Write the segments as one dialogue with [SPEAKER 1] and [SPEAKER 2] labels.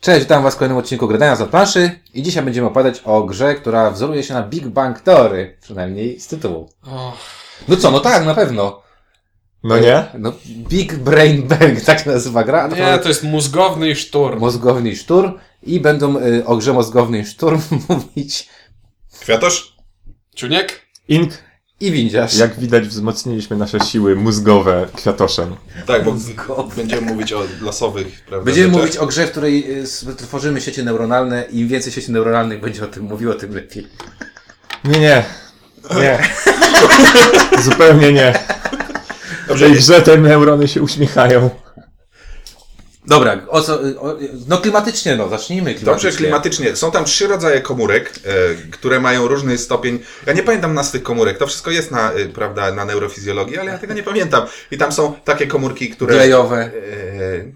[SPEAKER 1] Cześć, witam Was w kolejnym odcinku Gradania za planszy i dzisiaj będziemy opowiadać o grze, która wzoruje się na Big Bang Theory, przynajmniej z tytułu. No co, no tak, na pewno.
[SPEAKER 2] No nie?
[SPEAKER 1] No Big Brain Bang, tak się nazywa gra. a tak
[SPEAKER 3] Nie, to jest mózgowny szturm.
[SPEAKER 1] Mózgowny szturm i będą y, o grze Mózgowny szturm mówić
[SPEAKER 2] Kwiatosz?
[SPEAKER 3] Czuniek?
[SPEAKER 2] Ink.
[SPEAKER 1] i windziarz.
[SPEAKER 2] Jak widać, wzmocniliśmy nasze siły mózgowe kwiatoszem.
[SPEAKER 4] Tak, bo będziemy mówić o lasowych, prawda?
[SPEAKER 1] Będziemy
[SPEAKER 4] rzeczach.
[SPEAKER 1] mówić o grze, w której y, s- tworzymy sieci neuronalne i im więcej sieci neuronalnych będzie o tym mówiło, tym lepiej.
[SPEAKER 2] Nie, nie. Nie. Zupełnie nie. W tej grze te neurony się uśmiechają.
[SPEAKER 1] Dobra, o co, y, o, y, no klimatycznie, no zacznijmy klimatycznie.
[SPEAKER 4] Dobrze klimatycznie. Są tam trzy rodzaje komórek, e, które mają różny stopień. Ja nie pamiętam nas tych komórek. To wszystko jest na, e, prawda, na neurofizjologii, ale ja tego nie pamiętam. I tam są takie komórki, które.
[SPEAKER 1] Glejowe.
[SPEAKER 4] E,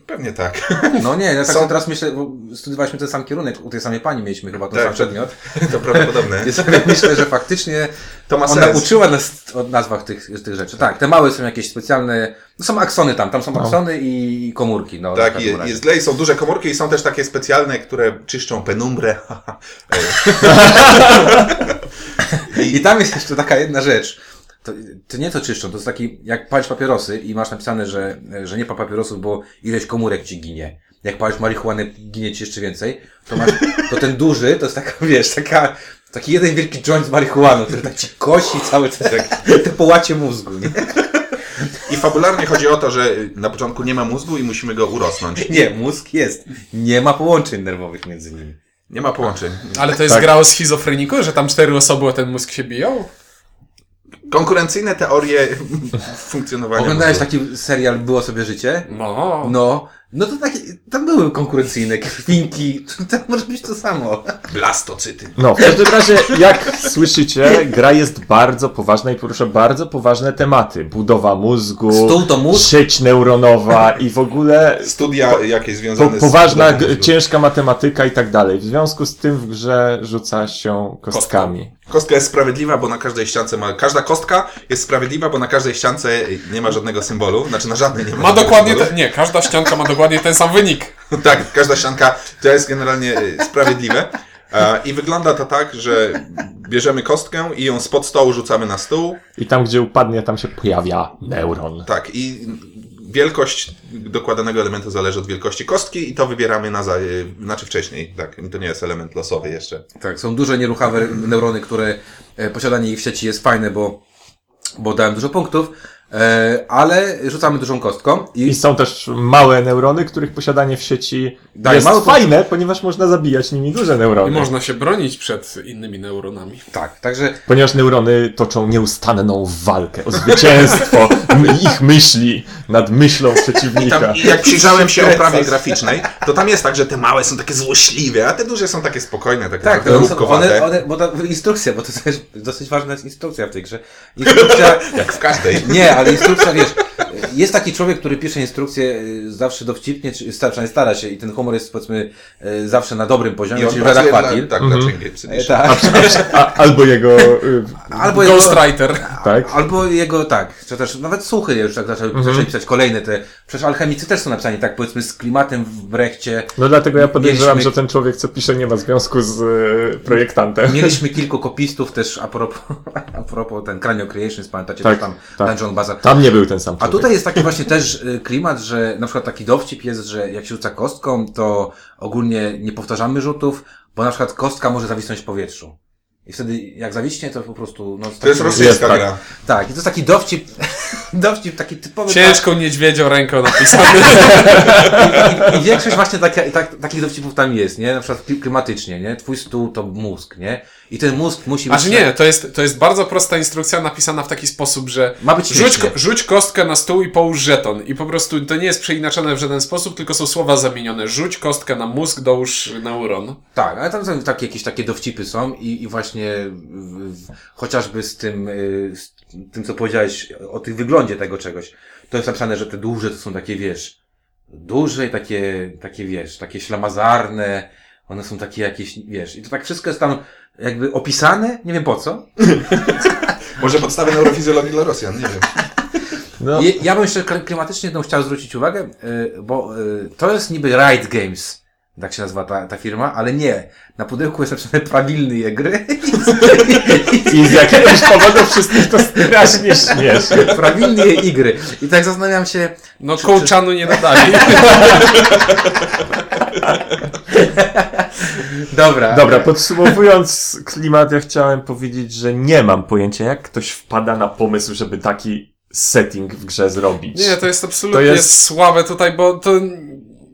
[SPEAKER 4] pewnie tak.
[SPEAKER 1] No nie, ja tak
[SPEAKER 4] Są-
[SPEAKER 1] sobie teraz myślę, bo studiowaliśmy ten sam kierunek, u tej samej pani mieliśmy chyba ten
[SPEAKER 4] Tak.
[SPEAKER 1] sam przedmiot.
[SPEAKER 4] To prawdopodobne.
[SPEAKER 1] Ja sobie myślę, że faktycznie
[SPEAKER 4] To ma
[SPEAKER 1] ona
[SPEAKER 4] sens.
[SPEAKER 1] uczyła nas o nazwach tych, tych rzeczy. Tak, te małe są jakieś specjalne, no są aksony tam, tam są aksony i komórki. No, na
[SPEAKER 4] Tak,
[SPEAKER 1] każdym
[SPEAKER 4] i-
[SPEAKER 1] razie.
[SPEAKER 4] jest glej, są duże komórki i są też takie specjalne, które czyszczą penumbrę.
[SPEAKER 1] I tam jest jeszcze taka jedna rzecz. To, to nie to czyszczą, to jest taki, jak palisz papierosy i masz napisane, że, że nie pal papierosów, bo ileś komórek ci ginie. Jak palisz marihuanę, ginie ci jeszcze więcej. To masz, to ten duży, to jest taka, wiesz, taka, taki jeden wielki joint z marihuaną, który tak ci kosi cały czas, te połacie mózgu, nie?
[SPEAKER 4] I fabularnie chodzi o to, że e, na początku nie ma mózgu i musimy go urosnąć.
[SPEAKER 1] Nie, mózg jest. Nie ma połączeń nerwowych między nimi.
[SPEAKER 4] Nie ma połączeń.
[SPEAKER 3] Ale to jest
[SPEAKER 2] Tak.
[SPEAKER 3] gra o schizofreniku, że tam cztery osoby o ten mózg się biją?
[SPEAKER 4] Konkurencyjne teorie funkcjonowania.
[SPEAKER 1] Oglądałeś
[SPEAKER 4] mózgu.
[SPEAKER 1] taki serial Było sobie życie?
[SPEAKER 3] No.
[SPEAKER 1] No, no to takie, tam były konkurencyjne krwinki, tam może być to samo.
[SPEAKER 4] Blastocyty.
[SPEAKER 2] No, w każdym razie, jak słyszycie, gra jest bardzo poważna i porusza bardzo poważne tematy. Budowa mózgu,
[SPEAKER 1] Stół to mózg?
[SPEAKER 2] sieć neuronowa i w ogóle
[SPEAKER 4] Studia jakieś
[SPEAKER 2] po,
[SPEAKER 4] związane z...
[SPEAKER 2] poważna,
[SPEAKER 4] budową
[SPEAKER 2] g-
[SPEAKER 4] mózgu.
[SPEAKER 2] ciężka matematyka i tak dalej. W związku z tym w grze rzuca się kostkami.
[SPEAKER 4] Kostka jest sprawiedliwa, bo na każdej ściance ma... Każda kostka jest sprawiedliwa, bo na każdej ściance nie ma żadnego symbolu. Znaczy na żadnej nie ma
[SPEAKER 3] Ma
[SPEAKER 4] żadnego
[SPEAKER 3] dokładnie
[SPEAKER 4] symbolu.
[SPEAKER 3] ten... Nie, każda ścianka ma dokładnie ten sam wynik.
[SPEAKER 4] Tak, każda ścianka to jest generalnie y, sprawiedliwe. E, I wygląda to tak, że bierzemy kostkę i ją spod stołu rzucamy na stół.
[SPEAKER 2] I tam, gdzie upadnie, tam się pojawia neuron.
[SPEAKER 4] Tak, i wielkość dokładanego elementu zależy od wielkości kostki i to wybieramy na za... y, Znaczy wcześniej, tak. To nie jest element losowy jeszcze.
[SPEAKER 1] Tak, są duże nieruchawe neurony, które e, posiadanie ich w sieci jest fajne, bo, bo dałem dużo punktów, e, ale rzucamy dużą kostką i
[SPEAKER 2] I są też małe neurony, których posiadanie w sieci
[SPEAKER 1] Daje
[SPEAKER 2] jest
[SPEAKER 1] mało
[SPEAKER 2] fajne, ponieważ można zabijać nimi duże
[SPEAKER 3] I
[SPEAKER 2] neurony.
[SPEAKER 3] można się bronić przed innymi neuronami.
[SPEAKER 1] tak, także
[SPEAKER 2] Ponieważ neurony toczą nieustanną walkę o zwycięstwo m- ich myśli nad myślą przeciwnika.
[SPEAKER 4] Tam, jak przyjrzałem się oprawie graficznej, to tam jest tak, że te małe są takie złośliwe, a te duże są takie spokojne, takie
[SPEAKER 1] tak,
[SPEAKER 4] tak,
[SPEAKER 1] to są
[SPEAKER 4] róbkowate.
[SPEAKER 1] one, one, bo ta instrukcja, bo to też dosyć ważna jest instrukcja w tej grze. Instrukcja,
[SPEAKER 4] Jak w każdej.
[SPEAKER 1] nie, ale instrukcja, wiesz, jest taki człowiek, który pisze instrukcję e, zawsze dowcipnie, czy sta- przynajmniej stara się i ten humor jest powiedzmy e, zawsze na dobrym poziomie,
[SPEAKER 4] I on
[SPEAKER 1] czyli Vera
[SPEAKER 4] pracuje
[SPEAKER 1] Quadil.
[SPEAKER 4] dla, tak, dla
[SPEAKER 2] Mhm.
[SPEAKER 4] Jane Gibson.
[SPEAKER 1] E, Tak,
[SPEAKER 2] A, albo jego... y,
[SPEAKER 1] albo jego-
[SPEAKER 3] Ghostwriter.
[SPEAKER 2] tak?
[SPEAKER 1] Albo jego tak, czy też nawet suchy już tak zaczęły,
[SPEAKER 2] Mhm.
[SPEAKER 1] zaczęli pisać kolejne te. Przecież alchemicy też są napisani tak powiedzmy z klimatem w Brechcie.
[SPEAKER 2] No dlatego ja podejrzewam,
[SPEAKER 1] Mieliśmy-
[SPEAKER 2] że ten człowiek, co pisze, nie ma związku z y, projektantem.
[SPEAKER 1] Mieliśmy kilku kopistów też a propos, a propos ten Cranio Creations, pamiętacie
[SPEAKER 2] Tak,
[SPEAKER 1] też tam
[SPEAKER 2] tak.
[SPEAKER 1] Dungeon Bazaar.
[SPEAKER 2] Tam nie był ten sam
[SPEAKER 1] A
[SPEAKER 2] człowiek.
[SPEAKER 1] tutaj jest taki właśnie też y, klimat, że na przykład taki dowcip jest, że jak się rzuca kostką, to ogólnie nie powtarzamy rzutów, bo na przykład kostka może zawisnąć w powietrzu. I wtedy jak zawiśnie, to po prostu... No,
[SPEAKER 4] To jest
[SPEAKER 1] taki-
[SPEAKER 2] Jest
[SPEAKER 4] rosyjska
[SPEAKER 2] tak.
[SPEAKER 4] gra.
[SPEAKER 1] Tak, i to jest taki dowcip, dowcip taki typowy...
[SPEAKER 3] Ciężką niedźwiedzią ręką napisany.
[SPEAKER 1] I większość właśnie taka, tak, takich dowcipów tam jest, nie? Na przykład kli- klimatycznie, nie? Twój stół to mózg, nie? I ten mózg musi być...
[SPEAKER 3] Aż Znaczy nie, to jest, to jest bardzo prosta instrukcja napisana w taki sposób, że
[SPEAKER 1] Ma być
[SPEAKER 3] rzuć,
[SPEAKER 1] śmiesznie.
[SPEAKER 3] ko- rzuć kostkę na stół i połóż żeton. I po prostu to nie jest przeinaczone w żaden sposób, tylko są słowa zamienione. Rzuć kostkę na mózg, dołóż neuron.
[SPEAKER 1] Tak, ale tam są takie, jakieś takie dowcipy są i, i właśnie w, w, chociażby z tym, y, z tym, co powiedziałeś o tym wyglądzie tego czegoś. To jest napisane, że te duże to są takie, wiesz, duże i takie, takie, wiesz, takie ślamazarne, one są takie jakieś, wiesz, i to tak wszystko jest tam jakby opisane, nie wiem po co,
[SPEAKER 4] Może podstawę neurofizjologii dla Rosjan, nie wiem.
[SPEAKER 2] No,
[SPEAKER 1] Je- Ja bym jeszcze kl- klimatycznie jedną chciał zwrócić uwagę, y, bo y, to jest niby Riot Games, Tak się nazywa ta, ta firma, ale nie. Na pudełku jest napisane prawilny je gry.
[SPEAKER 2] I z jakiegoś powodu wszystkich to strasznie śmieszy.
[SPEAKER 1] prawilny je igry. I tak zastanawiam się,
[SPEAKER 3] No kołczanu nie dodali.
[SPEAKER 1] dobra.
[SPEAKER 2] Dobra, podsumowując klimat, ja chciałem powiedzieć, że nie mam pojęcia, jak ktoś wpada na pomysł, żeby taki setting w grze zrobić.
[SPEAKER 3] Nie, to jest absolutnie
[SPEAKER 2] To jest-
[SPEAKER 3] słabe tutaj, bo to.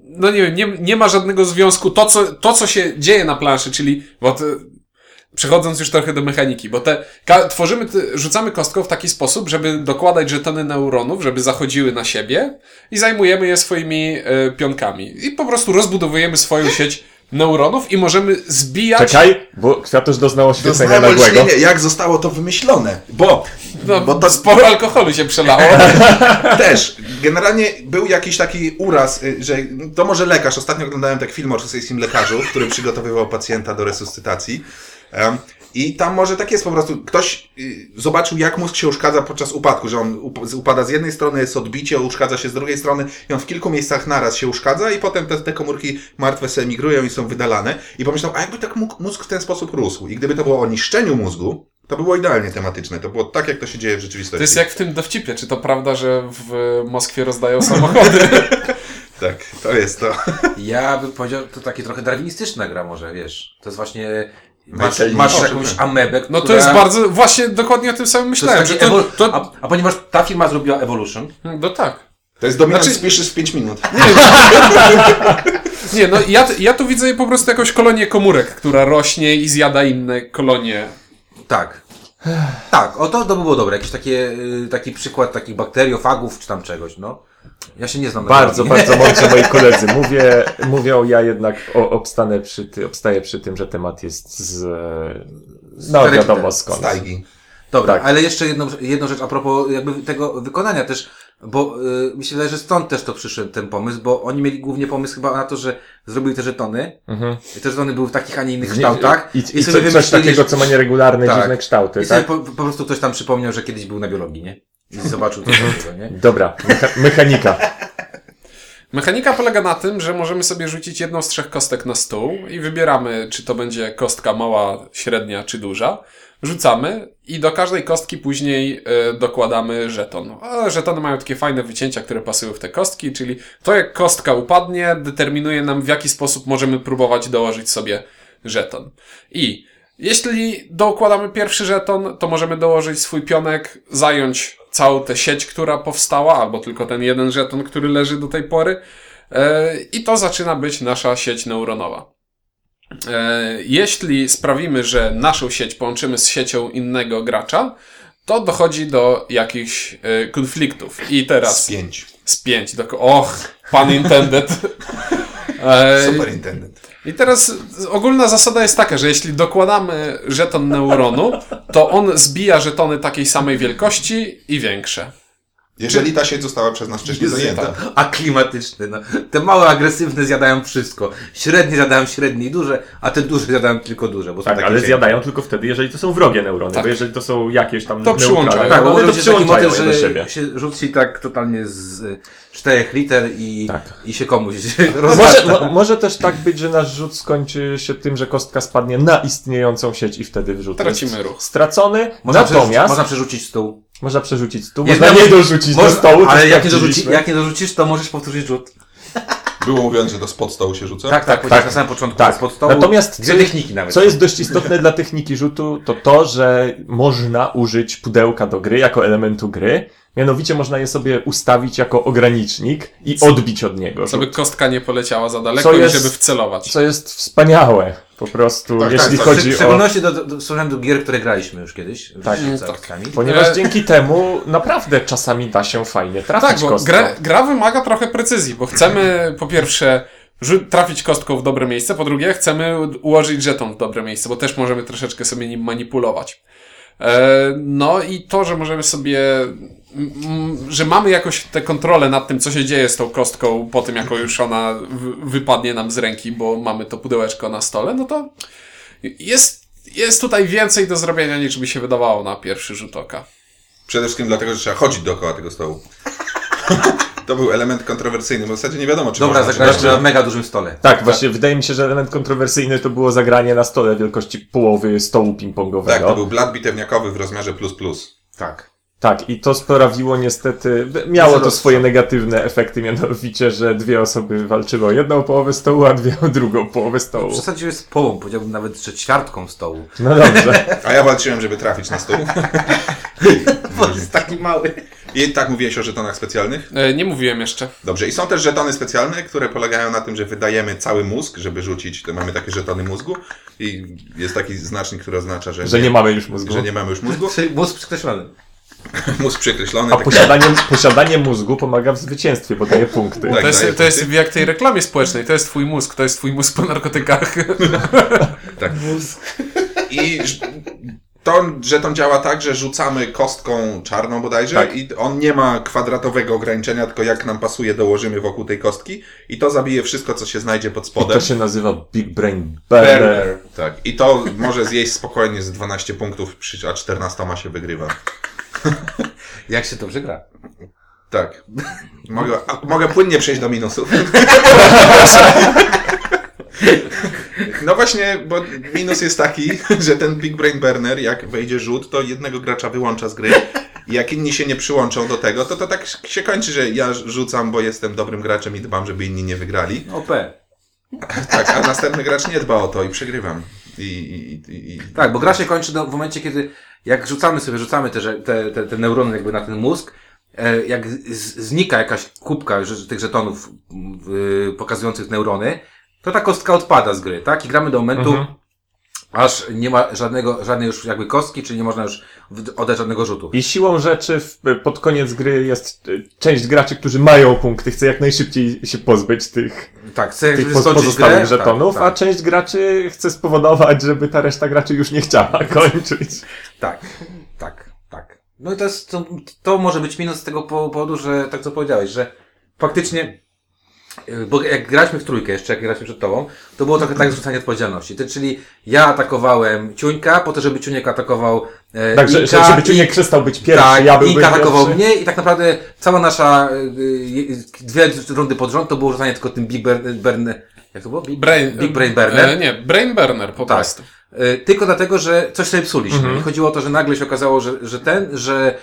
[SPEAKER 3] No nie wiem, nie, nie ma żadnego związku to co, to, co się dzieje na planszy, czyli. Bo to, przechodząc już trochę do mechaniki, bo te. Ka, tworzymy, te- rzucamy kostką w taki sposób, żeby dokładać żetony neuronów, żeby zachodziły na siebie i zajmujemy je swoimi e, pionkami. I po prostu rozbudowujemy swoją sieć neuronów i możemy zbijać.
[SPEAKER 2] Czekaj, bo Kwiatusz doznał oświecenia
[SPEAKER 4] Doznałem
[SPEAKER 2] nagłego.
[SPEAKER 4] olśnienie, jak zostało to wymyślone. Bo
[SPEAKER 3] No,
[SPEAKER 4] bo to-
[SPEAKER 3] Sporo alkoholu się przelało.
[SPEAKER 4] też, generalnie był jakiś taki uraz, y, że to może lekarz, ostatnio oglądałem tak film o rosyjskim lekarzu, który przygotowywał pacjenta do resuscytacji. Em, I tam może tak jest po prostu, ktoś y, zobaczył jak mózg się uszkadza podczas upadku, że on up- z- upada z jednej strony, jest odbicie, uszkadza się z drugiej strony i on w kilku miejscach naraz się uszkadza i potem te, te komórki martwe sobie migrują i są wydalane. I pomyślał, a jakby tak mógł, mózg w ten sposób rósł i gdyby to było o niszczeniu mózgu, to było idealnie tematyczne, to było tak jak to się dzieje w rzeczywistości.
[SPEAKER 3] To jest jak w tym dowcipie. Czy to prawda, że w Moskwie rozdają samochody?
[SPEAKER 4] Tak, to jest to.
[SPEAKER 1] Ja bym powiedział, to takie trochę darwinistyczna gra może, wiesz. To jest właśnie... Masz,
[SPEAKER 4] Najcelniej.
[SPEAKER 1] masz
[SPEAKER 4] O,
[SPEAKER 1] jakąś
[SPEAKER 4] super.
[SPEAKER 1] amebę,
[SPEAKER 3] No to
[SPEAKER 1] która-
[SPEAKER 3] jest bardzo, właśnie dokładnie o tym samym
[SPEAKER 1] To jest
[SPEAKER 3] myślałem.
[SPEAKER 1] taki
[SPEAKER 3] Że to,
[SPEAKER 1] ewol-
[SPEAKER 3] to,
[SPEAKER 1] a, a ponieważ ta firma zrobiła Evolution,
[SPEAKER 3] no tak.
[SPEAKER 4] To jest dominant
[SPEAKER 3] Znaczy-
[SPEAKER 4] znaczy... w 5 minut.
[SPEAKER 3] Nie, no ja, ja tu widzę po prostu jakąś kolonię komórek, która rośnie i zjada inne kolonie.
[SPEAKER 1] Tak. Tak, o to, to by było dobre. Jakiś takie, y, taki przykład takich bakteriofagów czy tam czegoś, no. Ja się nie znam na
[SPEAKER 2] Bardzo,
[SPEAKER 1] biologii.
[SPEAKER 2] bardzo mądrze moi koledzy. Mówię, mówią, ja jednak o, obstanę przy ty, obstaję przy tym, że temat jest z... No
[SPEAKER 1] Stereotypem.
[SPEAKER 2] wiadomo skąd.
[SPEAKER 4] Stajgi.
[SPEAKER 1] Dobra,
[SPEAKER 2] Tak.
[SPEAKER 1] ale jeszcze jedną, jedną rzecz a propos jakby tego wykonania też, bo y, mi się wydaje, że stąd też to przyszedł ten pomysł, bo oni mieli głównie pomysł chyba na to, że zrobili te żetony
[SPEAKER 2] Mhm.
[SPEAKER 1] i te żetony były w takich, a nie innych kształtach
[SPEAKER 2] I, i, i
[SPEAKER 1] tak? sobie
[SPEAKER 2] co, coś
[SPEAKER 1] wymyślili,
[SPEAKER 2] takiego, co ma nieregularne,
[SPEAKER 1] Tak.
[SPEAKER 2] dziwne kształty,
[SPEAKER 1] I sobie
[SPEAKER 2] tak?
[SPEAKER 1] po, po prostu ktoś tam przypomniał, że kiedyś był na biologii, nie? I zobaczył to,
[SPEAKER 2] Mhm.
[SPEAKER 1] takiego, nie?
[SPEAKER 2] Dobra, mecha- mechanika.
[SPEAKER 3] Mechanika polega na tym, że możemy sobie rzucić jedną z trzech kostek na stół i wybieramy, czy to będzie kostka mała, średnia czy duża. Rzucamy i do każdej kostki później e, dokładamy żeton. A żetony mają takie fajne wycięcia, które pasują w te kostki, czyli to jak kostka upadnie, determinuje nam w jaki sposób możemy próbować dołożyć sobie żeton. I jeśli dokładamy pierwszy żeton, to możemy dołożyć swój pionek, zająć całą tę sieć, która powstała, albo tylko ten jeden żeton, który leży do tej pory. E, I to zaczyna być nasza sieć neuronowa. E, Jeśli sprawimy, że naszą sieć połączymy z siecią innego gracza, to dochodzi do jakichś e, konfliktów. I teraz
[SPEAKER 4] Z 5.
[SPEAKER 3] spięć. Do... Och, pan intended. E,
[SPEAKER 4] Superintendent.
[SPEAKER 3] i teraz ogólna zasada jest taka, że jeśli dokładamy żeton neuronu, to on zbija żetony takiej samej wielkości i większe.
[SPEAKER 4] Jeżeli ta sieć została przez nas wcześniej zajęta.
[SPEAKER 1] A klimatyczny, no. Te małe agresywne zjadają wszystko. Średnie zjadają średnie i duże, a te duże zjadają tylko duże, bo są
[SPEAKER 2] Tak,
[SPEAKER 1] takie
[SPEAKER 2] ale
[SPEAKER 1] cienie.
[SPEAKER 2] zjadają tylko wtedy, jeżeli to są wrogie neurony,
[SPEAKER 3] Tak.
[SPEAKER 2] bo jeżeli to są jakieś tam neutralne
[SPEAKER 3] przyłączają.
[SPEAKER 1] Tak, bo może
[SPEAKER 2] neurony, No, to
[SPEAKER 1] być taki
[SPEAKER 2] przyłączają
[SPEAKER 1] motyw,
[SPEAKER 2] je do siebie.
[SPEAKER 1] że się rzuci tak totalnie z y, czterech liter i,
[SPEAKER 2] Tak.
[SPEAKER 1] i się komuś No
[SPEAKER 2] Może,
[SPEAKER 1] rozmawia.
[SPEAKER 2] mo, może też tak być, że nasz rzut skończy się tym, że kostka spadnie na istniejącą sieć i wtedy wyrzut
[SPEAKER 3] Tracimy
[SPEAKER 2] jest
[SPEAKER 3] ruch.
[SPEAKER 2] Stracony,
[SPEAKER 1] Można, przerzucić,
[SPEAKER 2] natomiast
[SPEAKER 1] można przerzucić stół.
[SPEAKER 2] można przerzucić stół,
[SPEAKER 1] Nie,
[SPEAKER 2] można
[SPEAKER 1] no,
[SPEAKER 2] nie dorzucić do
[SPEAKER 1] Można-
[SPEAKER 2] stołu. to
[SPEAKER 1] ale jak nie, dorzuci,
[SPEAKER 2] sprawdziliśmy. Tak,
[SPEAKER 1] jak nie dorzucisz, to możesz powtórzyć rzut.
[SPEAKER 4] Było mówione, że to spod stołu się rzuca?
[SPEAKER 1] Tak, tak, tak. na samym początku.
[SPEAKER 2] Tak.
[SPEAKER 1] Spod stołu,
[SPEAKER 2] Natomiast
[SPEAKER 1] gdzie
[SPEAKER 2] co-
[SPEAKER 1] techniki nawet.
[SPEAKER 2] Co jest dość istotne dla techniki rzutu, to to, że można użyć pudełka do gry jako elementu gry. Mianowicie można je sobie ustawić jako ogranicznik i odbić od niego.
[SPEAKER 3] Żeby
[SPEAKER 2] rzut.
[SPEAKER 3] kostka nie poleciała za daleko
[SPEAKER 2] Co
[SPEAKER 3] i
[SPEAKER 2] jest-
[SPEAKER 3] żeby wcelować.
[SPEAKER 2] Co jest wspaniałe po prostu,
[SPEAKER 4] Tak, tak,
[SPEAKER 2] jeśli
[SPEAKER 4] tak.
[SPEAKER 1] W
[SPEAKER 2] chodzi o...
[SPEAKER 1] szczególności do, do, do, względu gier, które graliśmy już kiedyś.
[SPEAKER 2] Tak.
[SPEAKER 1] z
[SPEAKER 3] Tak.
[SPEAKER 1] akcjami.
[SPEAKER 2] Ponieważ
[SPEAKER 3] E-
[SPEAKER 2] dzięki temu naprawdę czasami da się fajnie trafić
[SPEAKER 3] Tak, bo
[SPEAKER 2] kostką.
[SPEAKER 3] gra, gra wymaga trochę precyzji, bo chcemy po pierwsze rzu- trafić kostką w dobre miejsce, po drugie chcemy u- ułożyć żeton w dobre miejsce, bo też możemy troszeczkę sobie nim manipulować. E, No i to, że możemy sobie, m- m- że mamy jakoś tę kontrolę nad tym, co się dzieje z tą kostką po tym, jak już ona w- wypadnie nam z ręki, bo mamy to pudełeczko na stole, no to jest, jest tutaj więcej do zrobienia, niż by się wydawało na pierwszy rzut oka.
[SPEAKER 4] Przede wszystkim dlatego, że trzeba chodzić dookoła tego stołu. To był element kontrowersyjny, bo w zasadzie nie wiadomo, czy
[SPEAKER 1] Dobra,
[SPEAKER 4] można, czy
[SPEAKER 1] zagrałeś
[SPEAKER 2] Znaczy-
[SPEAKER 4] można.
[SPEAKER 1] na mega dużym stole.
[SPEAKER 2] Tak, właśnie, wydaje mi się, że element kontrowersyjny to było zagranie na stole wielkości połowy stołu ping-pongowego.
[SPEAKER 1] No.
[SPEAKER 4] Tak, to był blat bitewniakowy w rozmiarze plus plus.
[SPEAKER 1] Tak.
[SPEAKER 2] Tak, i to sprawiło niestety, miało to
[SPEAKER 1] Zarostro.
[SPEAKER 2] swoje negatywne efekty, mianowicie, że dwie osoby walczyły o jedną połowę stołu, a dwie o drugą połowę
[SPEAKER 1] W
[SPEAKER 2] stołu.
[SPEAKER 1] zasadzie jest połą, powiedziałbym nawet, że ćwiartką stołu.
[SPEAKER 2] No dobrze.
[SPEAKER 4] A ja walczyłem, żeby trafić na stół.
[SPEAKER 1] Bo jest taki mały.
[SPEAKER 4] I tak mówiłeś o żetonach specjalnych.
[SPEAKER 3] E, nie mówiłem jeszcze.
[SPEAKER 4] Dobrze, i są też żetony specjalne, które polegają na tym, że wydajemy cały mózg, żeby rzucić. To mamy takie żetony mózgu i jest taki znacznik, który oznacza, że,
[SPEAKER 2] Że nie mamy już mózgu.
[SPEAKER 4] że nie mamy już mózgu.
[SPEAKER 1] Czyli mózg przykreślony.
[SPEAKER 4] Mózg przekreślony. tak
[SPEAKER 2] A
[SPEAKER 4] taki-
[SPEAKER 2] posiadanie, posiadanie mózgu pomaga w zwycięstwie, bo daje punkty.
[SPEAKER 4] Tak,
[SPEAKER 3] To jest,
[SPEAKER 4] daje
[SPEAKER 3] to jest
[SPEAKER 4] punkty.
[SPEAKER 3] jak w tej reklamie społecznej, to jest twój mózg, to jest twój mózg po narkotykach.
[SPEAKER 4] Tak. I ż- to, że to działa tak, że rzucamy kostką czarną bodajże
[SPEAKER 2] Tak.
[SPEAKER 4] i on nie ma kwadratowego ograniczenia, tylko jak nam pasuje dołożymy wokół tej kostki i to zabije wszystko, co się znajdzie pod
[SPEAKER 2] I
[SPEAKER 4] spodem.
[SPEAKER 2] to się nazywa Big Brain Bear.
[SPEAKER 4] Tak. I to może zjeść spokojnie z 12 punktów, przy- a 14 się wygrywa.
[SPEAKER 1] Jak się dobrze gra.
[SPEAKER 4] Tak. Mogę, a, mogę płynnie przejść do minusów. No właśnie, bo minus jest taki, że ten Big Brain Burner, jak wejdzie rzut, to jednego gracza wyłącza z gry. I jak inni się nie przyłączą do tego, to to tak się kończy, że ja rzucam, bo jestem dobrym graczem i dbam, żeby inni nie wygrali.
[SPEAKER 1] OP.
[SPEAKER 4] Tak, a następny gracz nie dba o to i przegrywam. I, i, i, i...
[SPEAKER 1] Tak, bo gra się kończy do, w momencie, kiedy jak rzucamy sobie, rzucamy te, że- te, te, te neurony jakby na ten mózg, e, jak z, znika jakaś kubka że- tych żetonów m, y, pokazujących neurony, to ta kostka odpada z gry, tak? I gramy do momentu,
[SPEAKER 2] Mhm.
[SPEAKER 1] aż nie ma żadnego, żadnej już jakby kostki, czyli nie można już w- oddać żadnego rzutu.
[SPEAKER 2] I siłą rzeczy w, pod koniec gry jest y, część graczy, którzy mają punkty, chce jak najszybciej się pozbyć tych,
[SPEAKER 1] Tak, chcę
[SPEAKER 2] tych
[SPEAKER 1] jakby
[SPEAKER 2] po,
[SPEAKER 1] skończyć
[SPEAKER 2] pozostałych
[SPEAKER 1] grę,
[SPEAKER 2] żetonów,
[SPEAKER 1] tak,
[SPEAKER 2] a
[SPEAKER 1] tak,
[SPEAKER 2] część graczy chce spowodować, żeby ta reszta graczy już nie chciała kończyć.
[SPEAKER 1] tak, tak, tak. No i to jest, to, to może być minus z tego po- powodu, że tak co powiedziałeś, że faktycznie, y, bo jak graliśmy w trójkę jeszcze, jak graliśmy przed tobą, to było trochę tak zrzucanie odpowiedzialności. Ty, czyli ja atakowałem Ciuńka po to, żeby Ciuniek atakował e,
[SPEAKER 2] Także,
[SPEAKER 1] Inka,
[SPEAKER 2] Tak, żeby cię nie
[SPEAKER 1] Ink-
[SPEAKER 2] przestał być pierwszy,
[SPEAKER 1] tak,
[SPEAKER 2] ja byłbym
[SPEAKER 1] Ink atakował
[SPEAKER 2] pierwszy.
[SPEAKER 1] mnie i tak naprawdę cała nasza y, y, dwie rundy pod rząd to było rzucanie tylko tym Big Burn, burn jak to było? Big
[SPEAKER 3] Brain,
[SPEAKER 1] Big Brain Burner.
[SPEAKER 3] E, nie, Brain Burner po
[SPEAKER 1] Tak.
[SPEAKER 3] prostu.
[SPEAKER 1] Y, Tylko dlatego, że coś sobie psuliśmy.
[SPEAKER 2] Mhm.
[SPEAKER 1] I chodziło o to, że nagle się okazało, że, że ten, że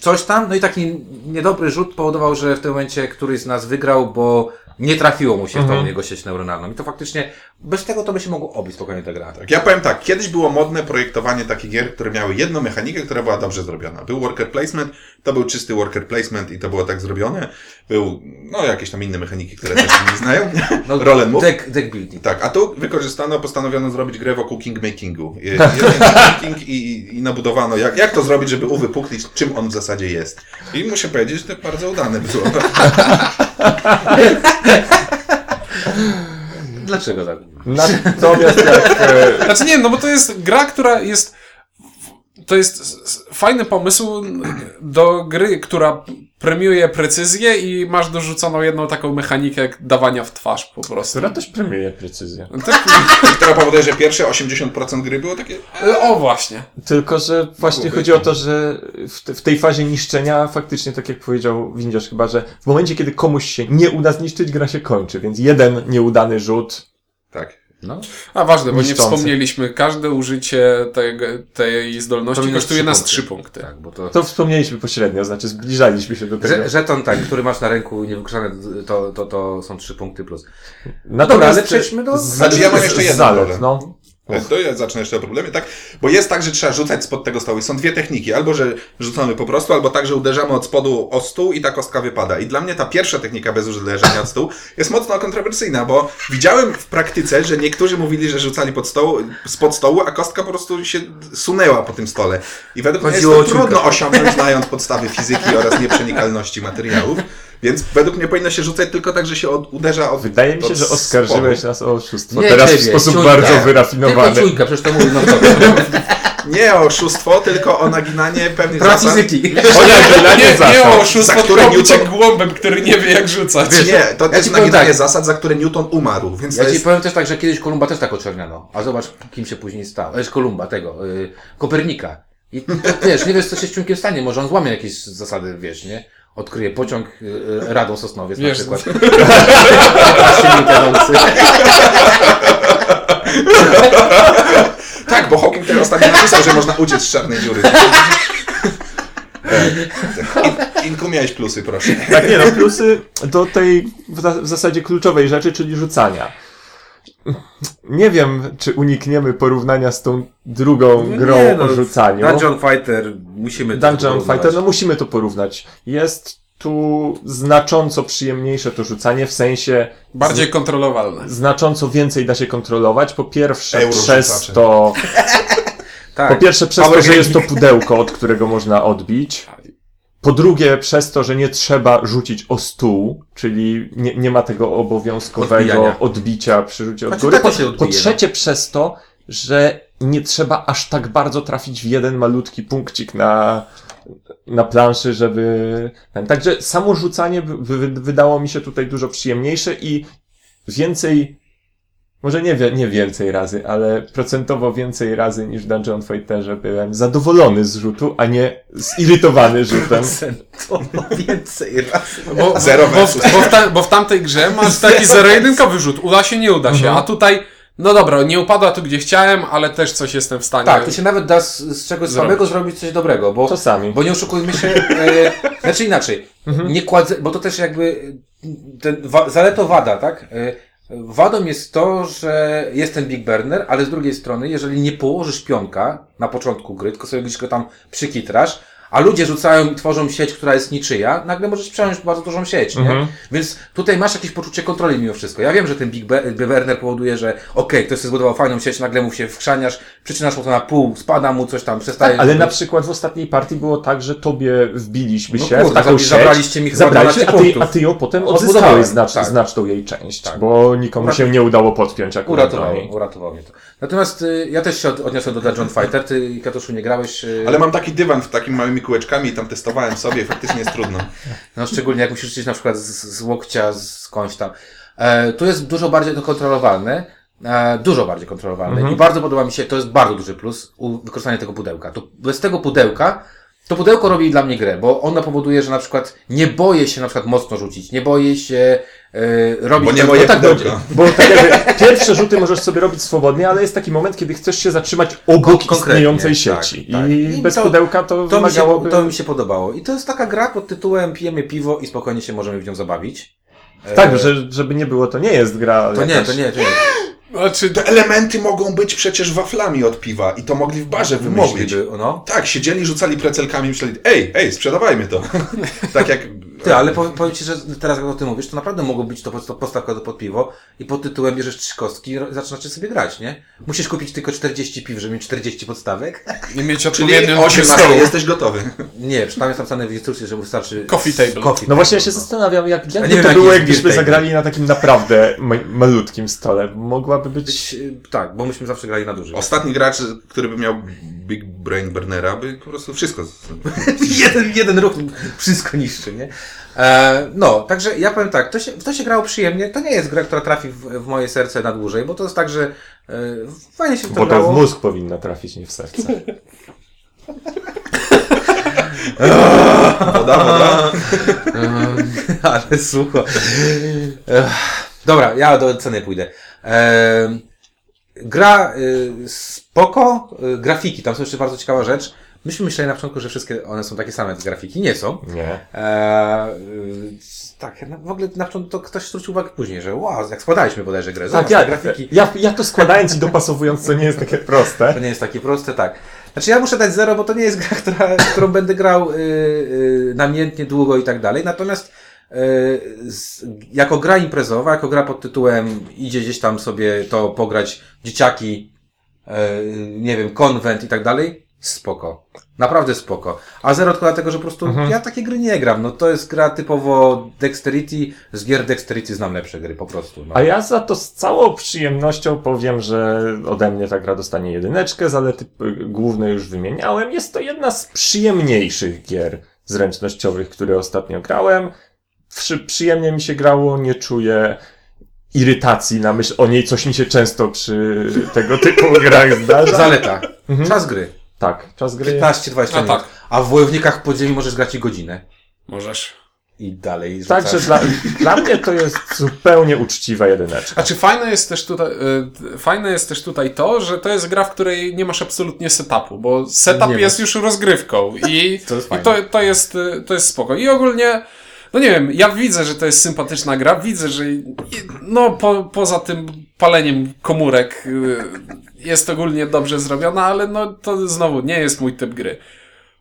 [SPEAKER 1] coś tam, no i taki niedobry rzut powodował, że w tym momencie któryś z nas wygrał, bo nie trafiło mu się w
[SPEAKER 2] Mhm.
[SPEAKER 1] tą jego sieć neuronalną. I to faktycznie, bez tego to by się mogło obić spokojnie ta gra.
[SPEAKER 4] Tak, ja powiem tak, kiedyś było modne projektowanie takich gier, które miały jedną mechanikę, która była dobrze zrobiona. Był worker placement, to był czysty worker placement i to było tak zrobione. Był, no, jakieś tam inne mechaniki, które też nie znają.
[SPEAKER 1] No,
[SPEAKER 4] Roland Move.
[SPEAKER 1] Deck, deck building.
[SPEAKER 4] Tak, a tu wykorzystano, postanowiono zrobić grę wokół kingmakingu. Je- jeden kingmaking i, i, i nabudowano, jak, jak to zrobić, żeby uwypuklić, czym on w zasadzie jest. I muszę powiedzieć, że to bardzo udane było.
[SPEAKER 1] Dlaczego tak?
[SPEAKER 2] Natomiast jak... e,
[SPEAKER 3] Znaczy nie, no bo to jest gra, która jest. To jest s- s- fajny pomysł do gry, która premiuje precyzję i masz dorzuconą jedną taką mechanikę jak dawania w twarz po prostu. No tak.
[SPEAKER 2] Która też premiuje precyzję.
[SPEAKER 4] Która powoduje, że pierwsze 80% gry było takie...
[SPEAKER 3] E, O właśnie.
[SPEAKER 2] Tylko, że właśnie
[SPEAKER 4] Mogłoby.
[SPEAKER 2] chodzi o to, że w, te, w tej fazie niszczenia faktycznie, tak jak powiedział Windziarz chyba, że w momencie, kiedy komuś się nie uda zniszczyć, gra się kończy, więc jeden nieudany rzut.
[SPEAKER 4] Tak.
[SPEAKER 1] No.
[SPEAKER 3] A ważne, bo nie
[SPEAKER 2] Niszczący.
[SPEAKER 3] wspomnieliśmy, każde użycie tego, tej
[SPEAKER 1] To
[SPEAKER 3] zdolności
[SPEAKER 1] minus
[SPEAKER 3] kosztuje
[SPEAKER 1] trzy
[SPEAKER 3] nas
[SPEAKER 1] punkty.
[SPEAKER 3] trzy punkty.
[SPEAKER 1] Tak, bo to...
[SPEAKER 2] To wspomnieliśmy pośrednio, znaczy zbliżaliśmy się do tego.
[SPEAKER 1] Że, żeton tak, który masz na ręku niewykrzane, to, to, to są trzy punkty plus.
[SPEAKER 2] Natomiast
[SPEAKER 1] Dobra, ale przejdźmy do-
[SPEAKER 4] Znaczy, ja mam jeszcze jeden
[SPEAKER 2] zalet,
[SPEAKER 4] problem.
[SPEAKER 2] no.
[SPEAKER 4] To ja zacznę jeszcze o problemie, tak? Bo jest tak, że trzeba rzucać spod tego stołu. I Są dwie techniki. Albo, że rzucamy po prostu, albo tak, że uderzamy od spodu o stół i ta kostka wypada. I dla mnie ta pierwsza technika bez uderzenia od stół jest mocno kontrowersyjna, bo widziałem w praktyce, że niektórzy mówili, że rzucali pod stołu, spod stołu, a kostka po prostu się sunęła po tym stole. I według mnie jest
[SPEAKER 1] Chodziło
[SPEAKER 4] to
[SPEAKER 1] o ciuka.
[SPEAKER 4] trudno osiągnąć, znając podstawy fizyki oraz nieprzenikalności materiałów. Więc według mnie powinno się rzucać tylko tak, że się od, uderza od
[SPEAKER 2] Wydaje mi się,
[SPEAKER 4] od
[SPEAKER 2] że
[SPEAKER 4] spodu.
[SPEAKER 2] oskarżyłeś nas o oszustwo.
[SPEAKER 1] Nie
[SPEAKER 2] Teraz w
[SPEAKER 1] ciebie,
[SPEAKER 2] sposób
[SPEAKER 1] ciuńka.
[SPEAKER 2] bardzo
[SPEAKER 1] Tylko
[SPEAKER 2] wyrafinowany.
[SPEAKER 1] czujka, przecież to mówi no to.
[SPEAKER 4] Nie o oszustwo, tylko o naginanie pewnych
[SPEAKER 1] Praw
[SPEAKER 4] zasad.
[SPEAKER 1] fizyki.
[SPEAKER 2] O nie, dla
[SPEAKER 3] Nie, nie
[SPEAKER 2] zasad.
[SPEAKER 3] o
[SPEAKER 4] Za
[SPEAKER 3] oszustwo,
[SPEAKER 4] które
[SPEAKER 3] tylko bycie
[SPEAKER 4] Newton-
[SPEAKER 3] głąbem, który nie wie jak rzucać.
[SPEAKER 1] Wiesz,
[SPEAKER 4] Znaczy Nie, to
[SPEAKER 1] ja
[SPEAKER 4] jest
[SPEAKER 1] ci powiem
[SPEAKER 4] naginanie
[SPEAKER 1] tak.
[SPEAKER 4] zasad, za które Newton umarł, więc
[SPEAKER 1] Ja
[SPEAKER 4] to
[SPEAKER 1] ci
[SPEAKER 4] jest...
[SPEAKER 1] powiem też tak, że kiedyś Kolumba też tak oczerniano. A zobacz, kim się później stał. Lecz Kolumba, tego, y, Kopernika. I to, wiesz, nie wiesz, co się z ciunkiem stanie. Może on złamie jakieś zasady, wiesz, nie? odkryje pociąg y, y, Radą Sosnowiec
[SPEAKER 3] Wiesz,
[SPEAKER 1] na przykład. Silnik jadący.
[SPEAKER 4] Tak, bo Hawking teraz ostatnio napisał, że można uciec z czarnej dziury. In- Inku, miałeś plusy, proszę.
[SPEAKER 2] Tak, nie no, plusy do tej w, za- w zasadzie kluczowej rzeczy, czyli rzucania. Nie wiem, czy unikniemy porównania z tą drugą grą
[SPEAKER 1] Nie, no,
[SPEAKER 2] o rzucaniu.
[SPEAKER 1] Dungeon Fighter musimy to
[SPEAKER 2] Dungeon
[SPEAKER 1] porównywać.
[SPEAKER 2] Fighter, no musimy to porównać. Jest tu znacząco przyjemniejsze to rzucanie, w sensie
[SPEAKER 3] Bardziej kontrolowalne.
[SPEAKER 2] znacząco więcej da się kontrolować. Po pierwsze
[SPEAKER 4] Euro
[SPEAKER 2] przez
[SPEAKER 4] rzucacze.
[SPEAKER 2] to, po
[SPEAKER 1] Tak.
[SPEAKER 2] pierwsze przez to,
[SPEAKER 4] Power
[SPEAKER 2] że jest to pudełko, od którego można odbić. Po drugie przez to, że nie trzeba rzucić o stół, czyli nie, nie ma tego obowiązkowego
[SPEAKER 1] Odbijania.
[SPEAKER 2] odbicia przy rzucie od
[SPEAKER 1] Znaczy,
[SPEAKER 2] góry.
[SPEAKER 1] tak to się
[SPEAKER 2] po
[SPEAKER 1] odbije, no.
[SPEAKER 2] trzecie przez to, że nie trzeba aż tak bardzo trafić w jeden malutki punkcik na, na planszy, żeby... ten. Także samo rzucanie wy- wy- wydało mi się tutaj dużo przyjemniejsze i więcej, może nie, wie- nie więcej razy, ale procentowo więcej razy niż w Dungeon Fighterze byłem zadowolony z rzutu, a nie zirytowany rzutem.
[SPEAKER 1] Procentowo więcej razy.
[SPEAKER 3] Bo,
[SPEAKER 4] Zero
[SPEAKER 3] bo,
[SPEAKER 4] versus.
[SPEAKER 3] bo, w ta, bo w tamtej grze masz taki zero-jedynkowy rzut. Uda się, nie uda się. A tutaj, no dobra, nie upadła tu gdzie chciałem, ale też coś jestem w stanie.
[SPEAKER 1] Tak, to się nawet da z, z czegoś
[SPEAKER 3] Zrobić.
[SPEAKER 1] samego zrobić coś dobrego, bo
[SPEAKER 2] Czasami.
[SPEAKER 1] Bo nie oszukujmy się, e, znaczy inaczej,
[SPEAKER 2] Mhm.
[SPEAKER 1] nie kładzę, bo to też jakby e, ten, wa, zaleto wada, tak? E, wadą jest to, że jestem Big Burner, ale z drugiej strony, jeżeli nie położysz pionka na początku gry, tylko sobie gdzieś go tam przykitrasz, a ludzie rzucają i tworzą sieć, która jest niczyja, nagle możesz przejąć bardzo dużą sieć, nie?
[SPEAKER 2] Mhm.
[SPEAKER 1] Więc tutaj masz jakieś poczucie kontroli mimo wszystko. Ja wiem, że ten Big Be- Big Burner powoduje, że okej, ktoś sobie zbudował fajną sieć, nagle mu się wchrzaniasz, przycinasz mu to na pół, spada mu coś tam, przestaje...
[SPEAKER 2] Tak, Ale na przykład w ostatniej partii było tak, że tobie wbiliśmy
[SPEAKER 1] No
[SPEAKER 2] się
[SPEAKER 1] kurde,
[SPEAKER 2] w taką
[SPEAKER 1] zabi-
[SPEAKER 2] sieć,
[SPEAKER 1] zabraliście mi chyba
[SPEAKER 2] zabraliście,
[SPEAKER 1] 12
[SPEAKER 2] a, ty,
[SPEAKER 1] punktów.
[SPEAKER 2] a ty ją potem
[SPEAKER 1] Odzyskałem,
[SPEAKER 2] odzyskałeś znacz,
[SPEAKER 1] tak.
[SPEAKER 2] znaczną jej część,
[SPEAKER 1] Tak.
[SPEAKER 2] bo nikomu się nie udało podpiąć akurat no.
[SPEAKER 1] Uratowało,
[SPEAKER 2] do niej.
[SPEAKER 1] uratowało mnie to. Natomiast y, ja też się od, odniosę do Dungeon Fighter. Ty, Katuszu, nie grałeś, y,
[SPEAKER 4] Ale mam taki dywan w takimi małymi kółeczkami i tam testowałem sobie, faktycznie jest trudno.
[SPEAKER 1] no, szczególnie jak musisz rzucić na przykład z, z łokcia, z skądś tam. E, tu jest dużo bardziej to kontrolowalne. E, dużo bardziej kontrolowalne.
[SPEAKER 4] Mhm.
[SPEAKER 1] I bardzo podoba mi się, to jest bardzo duży plus, u, wykorzystanie tego pudełka. To, bez tego pudełka, to pudełko robi dla mnie grę, bo ono powoduje, że na przykład nie boję się na przykład mocno rzucić, nie boję się e, robić...
[SPEAKER 4] Bo nie
[SPEAKER 1] tego-
[SPEAKER 4] moje
[SPEAKER 1] no tak
[SPEAKER 4] pudełko.
[SPEAKER 1] będzie.
[SPEAKER 2] Bo tak jakby pierwsze rzuty możesz sobie robić swobodnie, ale jest taki moment, kiedy chcesz się zatrzymać obok
[SPEAKER 1] Konkretnie,
[SPEAKER 2] istniejącej
[SPEAKER 1] tak,
[SPEAKER 2] sieci.
[SPEAKER 1] tak.
[SPEAKER 2] I,
[SPEAKER 1] I
[SPEAKER 2] bez
[SPEAKER 1] to-
[SPEAKER 2] pudełka to,
[SPEAKER 1] To mi, się,
[SPEAKER 2] wymagałoby...
[SPEAKER 1] to mi się podobało. I to jest taka gra pod tytułem pijemy piwo i spokojnie się możemy w nią zabawić. E,
[SPEAKER 2] Tak, że, żeby nie było, to nie jest gra
[SPEAKER 1] To nie,
[SPEAKER 2] jakaś...
[SPEAKER 1] to nie, to nie.
[SPEAKER 3] Znaczy,
[SPEAKER 4] Te elementy mogą być przecież waflami od piwa i to mogli w barze wymyślić.
[SPEAKER 1] Mogliby, no.
[SPEAKER 4] Tak, siedzieli, rzucali precelkami i myśleli, ej, ej, sprzedawajmy to. tak jak...
[SPEAKER 1] Ty, ale powiem, powiem Ci, że teraz jak o tym mówisz, to naprawdę mogło być to po prostu postawka do pod piwo i pod tytułem bierzesz trzy kostki i ro- zaczynasz sobie grać, nie? Musisz kupić tylko 40 piw, żeby mieć 40 podstawek.
[SPEAKER 3] nie mieć
[SPEAKER 4] Czyli
[SPEAKER 3] odpowiednią
[SPEAKER 4] 18, jesteś gotowy.
[SPEAKER 1] Nie, przy- tam jest napisane w instrukcji, że wystarczy...
[SPEAKER 3] Coffee table.
[SPEAKER 1] Coffee
[SPEAKER 2] No właśnie ja
[SPEAKER 1] table,
[SPEAKER 2] się
[SPEAKER 1] no.
[SPEAKER 2] zastanawiam, jak,
[SPEAKER 1] nie
[SPEAKER 2] jak
[SPEAKER 1] wiem,
[SPEAKER 2] by to
[SPEAKER 1] jaki
[SPEAKER 2] było,
[SPEAKER 1] jest
[SPEAKER 2] jakbyśmy
[SPEAKER 1] beer table.
[SPEAKER 2] zagrali na takim naprawdę ma malutkim stole. Mogłaby być...
[SPEAKER 1] Być, y, Tak, bo myśmy zawsze grali na dużym.
[SPEAKER 4] Ostatni gracz, który by miał Big Brain Burnera, by po prostu wszystko... z-
[SPEAKER 1] jeden, jeden ruch wszystko niszczy, nie? E, no, także ja powiem tak, to się, w to się grało przyjemnie, to nie jest gra, która trafi w, w moje serce na dłużej, bo to jest tak, że e, fajnie się w to
[SPEAKER 2] Bo to
[SPEAKER 1] grało.
[SPEAKER 2] w mózg powinno trafić, nie w serce.
[SPEAKER 4] Woda, woda.
[SPEAKER 1] Ale sucho. Ech, Dobra, ja do ceny pójdę. E, gra y, spoko, y, grafiki, tam są jeszcze bardzo ciekawa rzecz. Myśmy myśleli na początku, że wszystkie one są takie same, te grafiki. Nie są.
[SPEAKER 2] Nie.
[SPEAKER 1] Eee, y, tak, no, w ogóle na początku to ktoś zwrócił uwagę później, że wow, jak składaliśmy bodajże grę, zobacz,
[SPEAKER 2] Tak,
[SPEAKER 1] te
[SPEAKER 2] ja,
[SPEAKER 1] grafiki.
[SPEAKER 2] ja, ja to składając i dopasowując, co nie jest takie
[SPEAKER 1] To
[SPEAKER 2] proste.
[SPEAKER 1] nie jest takie proste, tak. Znaczy ja muszę dać zero, bo to nie jest gra, która, którą będę grał y, y, namiętnie, długo i tak dalej. Natomiast y, z, jako gra imprezowa, jako gra pod tytułem idzie gdzieś tam sobie to pograć dzieciaki, y, nie wiem, konwent i tak dalej, spoko. Naprawdę spoko. A zero tylko dlatego, że po prostu ja takie gry nie gram. No to jest gra typowo Dexterity. Z gier Dexterity znam lepsze gry po prostu. No.
[SPEAKER 2] A ja za to z całą przyjemnością powiem, że ode mnie ta gra dostanie jedyneczkę, zalety y, główne już wymieniałem. Jest to jedna z przyjemniejszych gier zręcznościowych, które ostatnio grałem. Przy, przyjemnie mi się grało, nie czuję irytacji na myśl o niej, coś mi się często przy tego typu grach zdarza. Mhm.
[SPEAKER 1] Zaleta. Czas gry.
[SPEAKER 2] Tak, czas gry.
[SPEAKER 1] 15-20 minut.
[SPEAKER 3] No tak.
[SPEAKER 1] A w Wojownikach Podziemi możesz grać i godzinę.
[SPEAKER 3] Możesz.
[SPEAKER 1] i dalej rzucasz.
[SPEAKER 2] Także dla, dla mnie to jest zupełnie uczciwa jedyneczka.
[SPEAKER 3] A czy Znaczy, fajne jest też tutaj, y, fajne jest też tutaj to, że to jest gra, w której nie masz absolutnie setupu, bo setup
[SPEAKER 1] Nie masz.
[SPEAKER 3] jest już rozgrywką i,
[SPEAKER 1] To jest
[SPEAKER 3] i
[SPEAKER 1] fajne.
[SPEAKER 3] to, to, jest, y, to jest spoko. I ogólnie, no nie wiem, ja widzę, że to jest sympatyczna gra, widzę, że i- no po, poza tym paleniem komórek y, jest ogólnie dobrze zrobiona, ale no to znowu nie jest mój typ gry.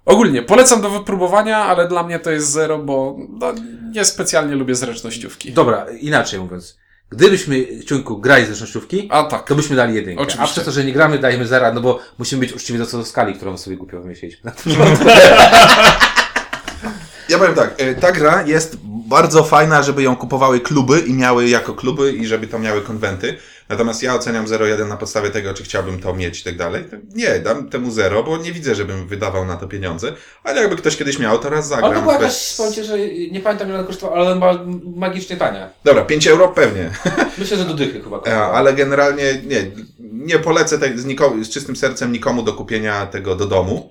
[SPEAKER 3] Ogólnie polecam do wypróbowania, ale dla mnie to jest zero, bo no, nie specjalnie lubię zręcznościówki.
[SPEAKER 1] Dobra, inaczej mówiąc. Gdybyśmy, Ciunku, grali ze szczęściówki,
[SPEAKER 3] A tak.
[SPEAKER 1] to byśmy dali jedynkę.
[SPEAKER 3] Oczywiście.
[SPEAKER 1] A przez to, że nie gramy, dajemy zera, no bo musimy być uczciwi do co do skali, którą sobie głupio wymyśliliśmy.
[SPEAKER 4] Ja powiem tak, y, ta gra jest bardzo fajna, żeby ją kupowały kluby i miały jako kluby i żeby to miały konwenty. Natomiast ja oceniam 0,1 na podstawie tego, czy chciałbym to mieć i tak dalej. Nie, dam temu 0, bo nie widzę, żebym wydawał na to pieniądze. Ale jakby ktoś kiedyś miał, to raz zagram.
[SPEAKER 5] Ale to była jakaś,
[SPEAKER 4] bez-
[SPEAKER 5] powiem ci, że nie pamiętam ile ona kosztowała, ale ona była magicznie tania.
[SPEAKER 4] Dobra, 5 euro pewnie.
[SPEAKER 5] Myślę, że do dychy chyba
[SPEAKER 4] E,
[SPEAKER 5] kosztowała.
[SPEAKER 4] Ale generalnie nie, nie polecę tej, z, nikomu, z czystym sercem nikomu do kupienia tego do domu.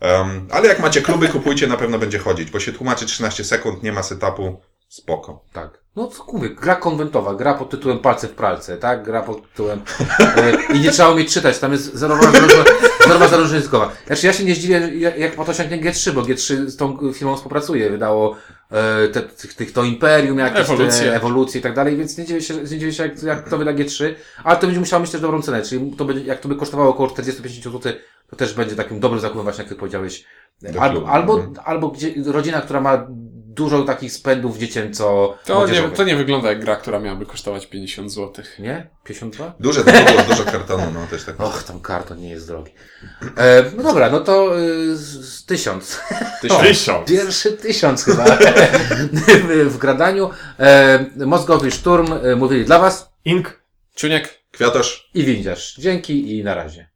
[SPEAKER 4] Em, ale jak macie kluby, kupujcie, na pewno będzie chodzić, bo się tłumaczy 13 sekund, nie ma setupu, spoko.
[SPEAKER 1] Tak. No to mówię, gra konwentowa, gra pod tytułem Palce w pralce, tak? Gra pod tytułem... E, I nie trzeba umieć czytać, tam jest zerowa zarąża- zerowa zarążniskowa. Znaczy ja się nie zdziwię, jak- jak po to sięgnie G3, bo G3 z tą firmą współpracuje, wydało e, te, tych, tych, to Imperium, jakieś
[SPEAKER 3] Ewolucję.
[SPEAKER 1] te ewolucje i tak dalej, więc nie dziwię się, nie dziwię się jak, jak to wyda G3, ale to będzie musiało mieć też dobrą cenę, czyli to będzie, jak to by kosztowało około 40-50 zł, to też będzie takim dobrym zakupem, właśnie jak ty powiedziałeś,
[SPEAKER 4] Do
[SPEAKER 1] Albo,
[SPEAKER 4] klubu,
[SPEAKER 1] albo,
[SPEAKER 4] mhm.
[SPEAKER 1] albo gdzie, rodzina, która ma dużo takich spędów dziecięco
[SPEAKER 3] To nie,
[SPEAKER 1] młodzieżowych.
[SPEAKER 3] to nie wygląda jak gra, która miałaby kosztować 50 zł.
[SPEAKER 1] Nie? 52?
[SPEAKER 4] Duże to było, dużo kartonu, no też tak.
[SPEAKER 1] Och, tam karton nie jest drogi. E, no dobra, no to y, z- z tysiąc.
[SPEAKER 2] Tysiąc.
[SPEAKER 1] Pierwszy tysiąc chyba w- w gradaniu. E, Mózgowy szturm e, mówili dla Was
[SPEAKER 2] Ink.
[SPEAKER 3] Ciuniek,
[SPEAKER 4] Kwiatosz,
[SPEAKER 1] i windziarz. Dzięki i na razie.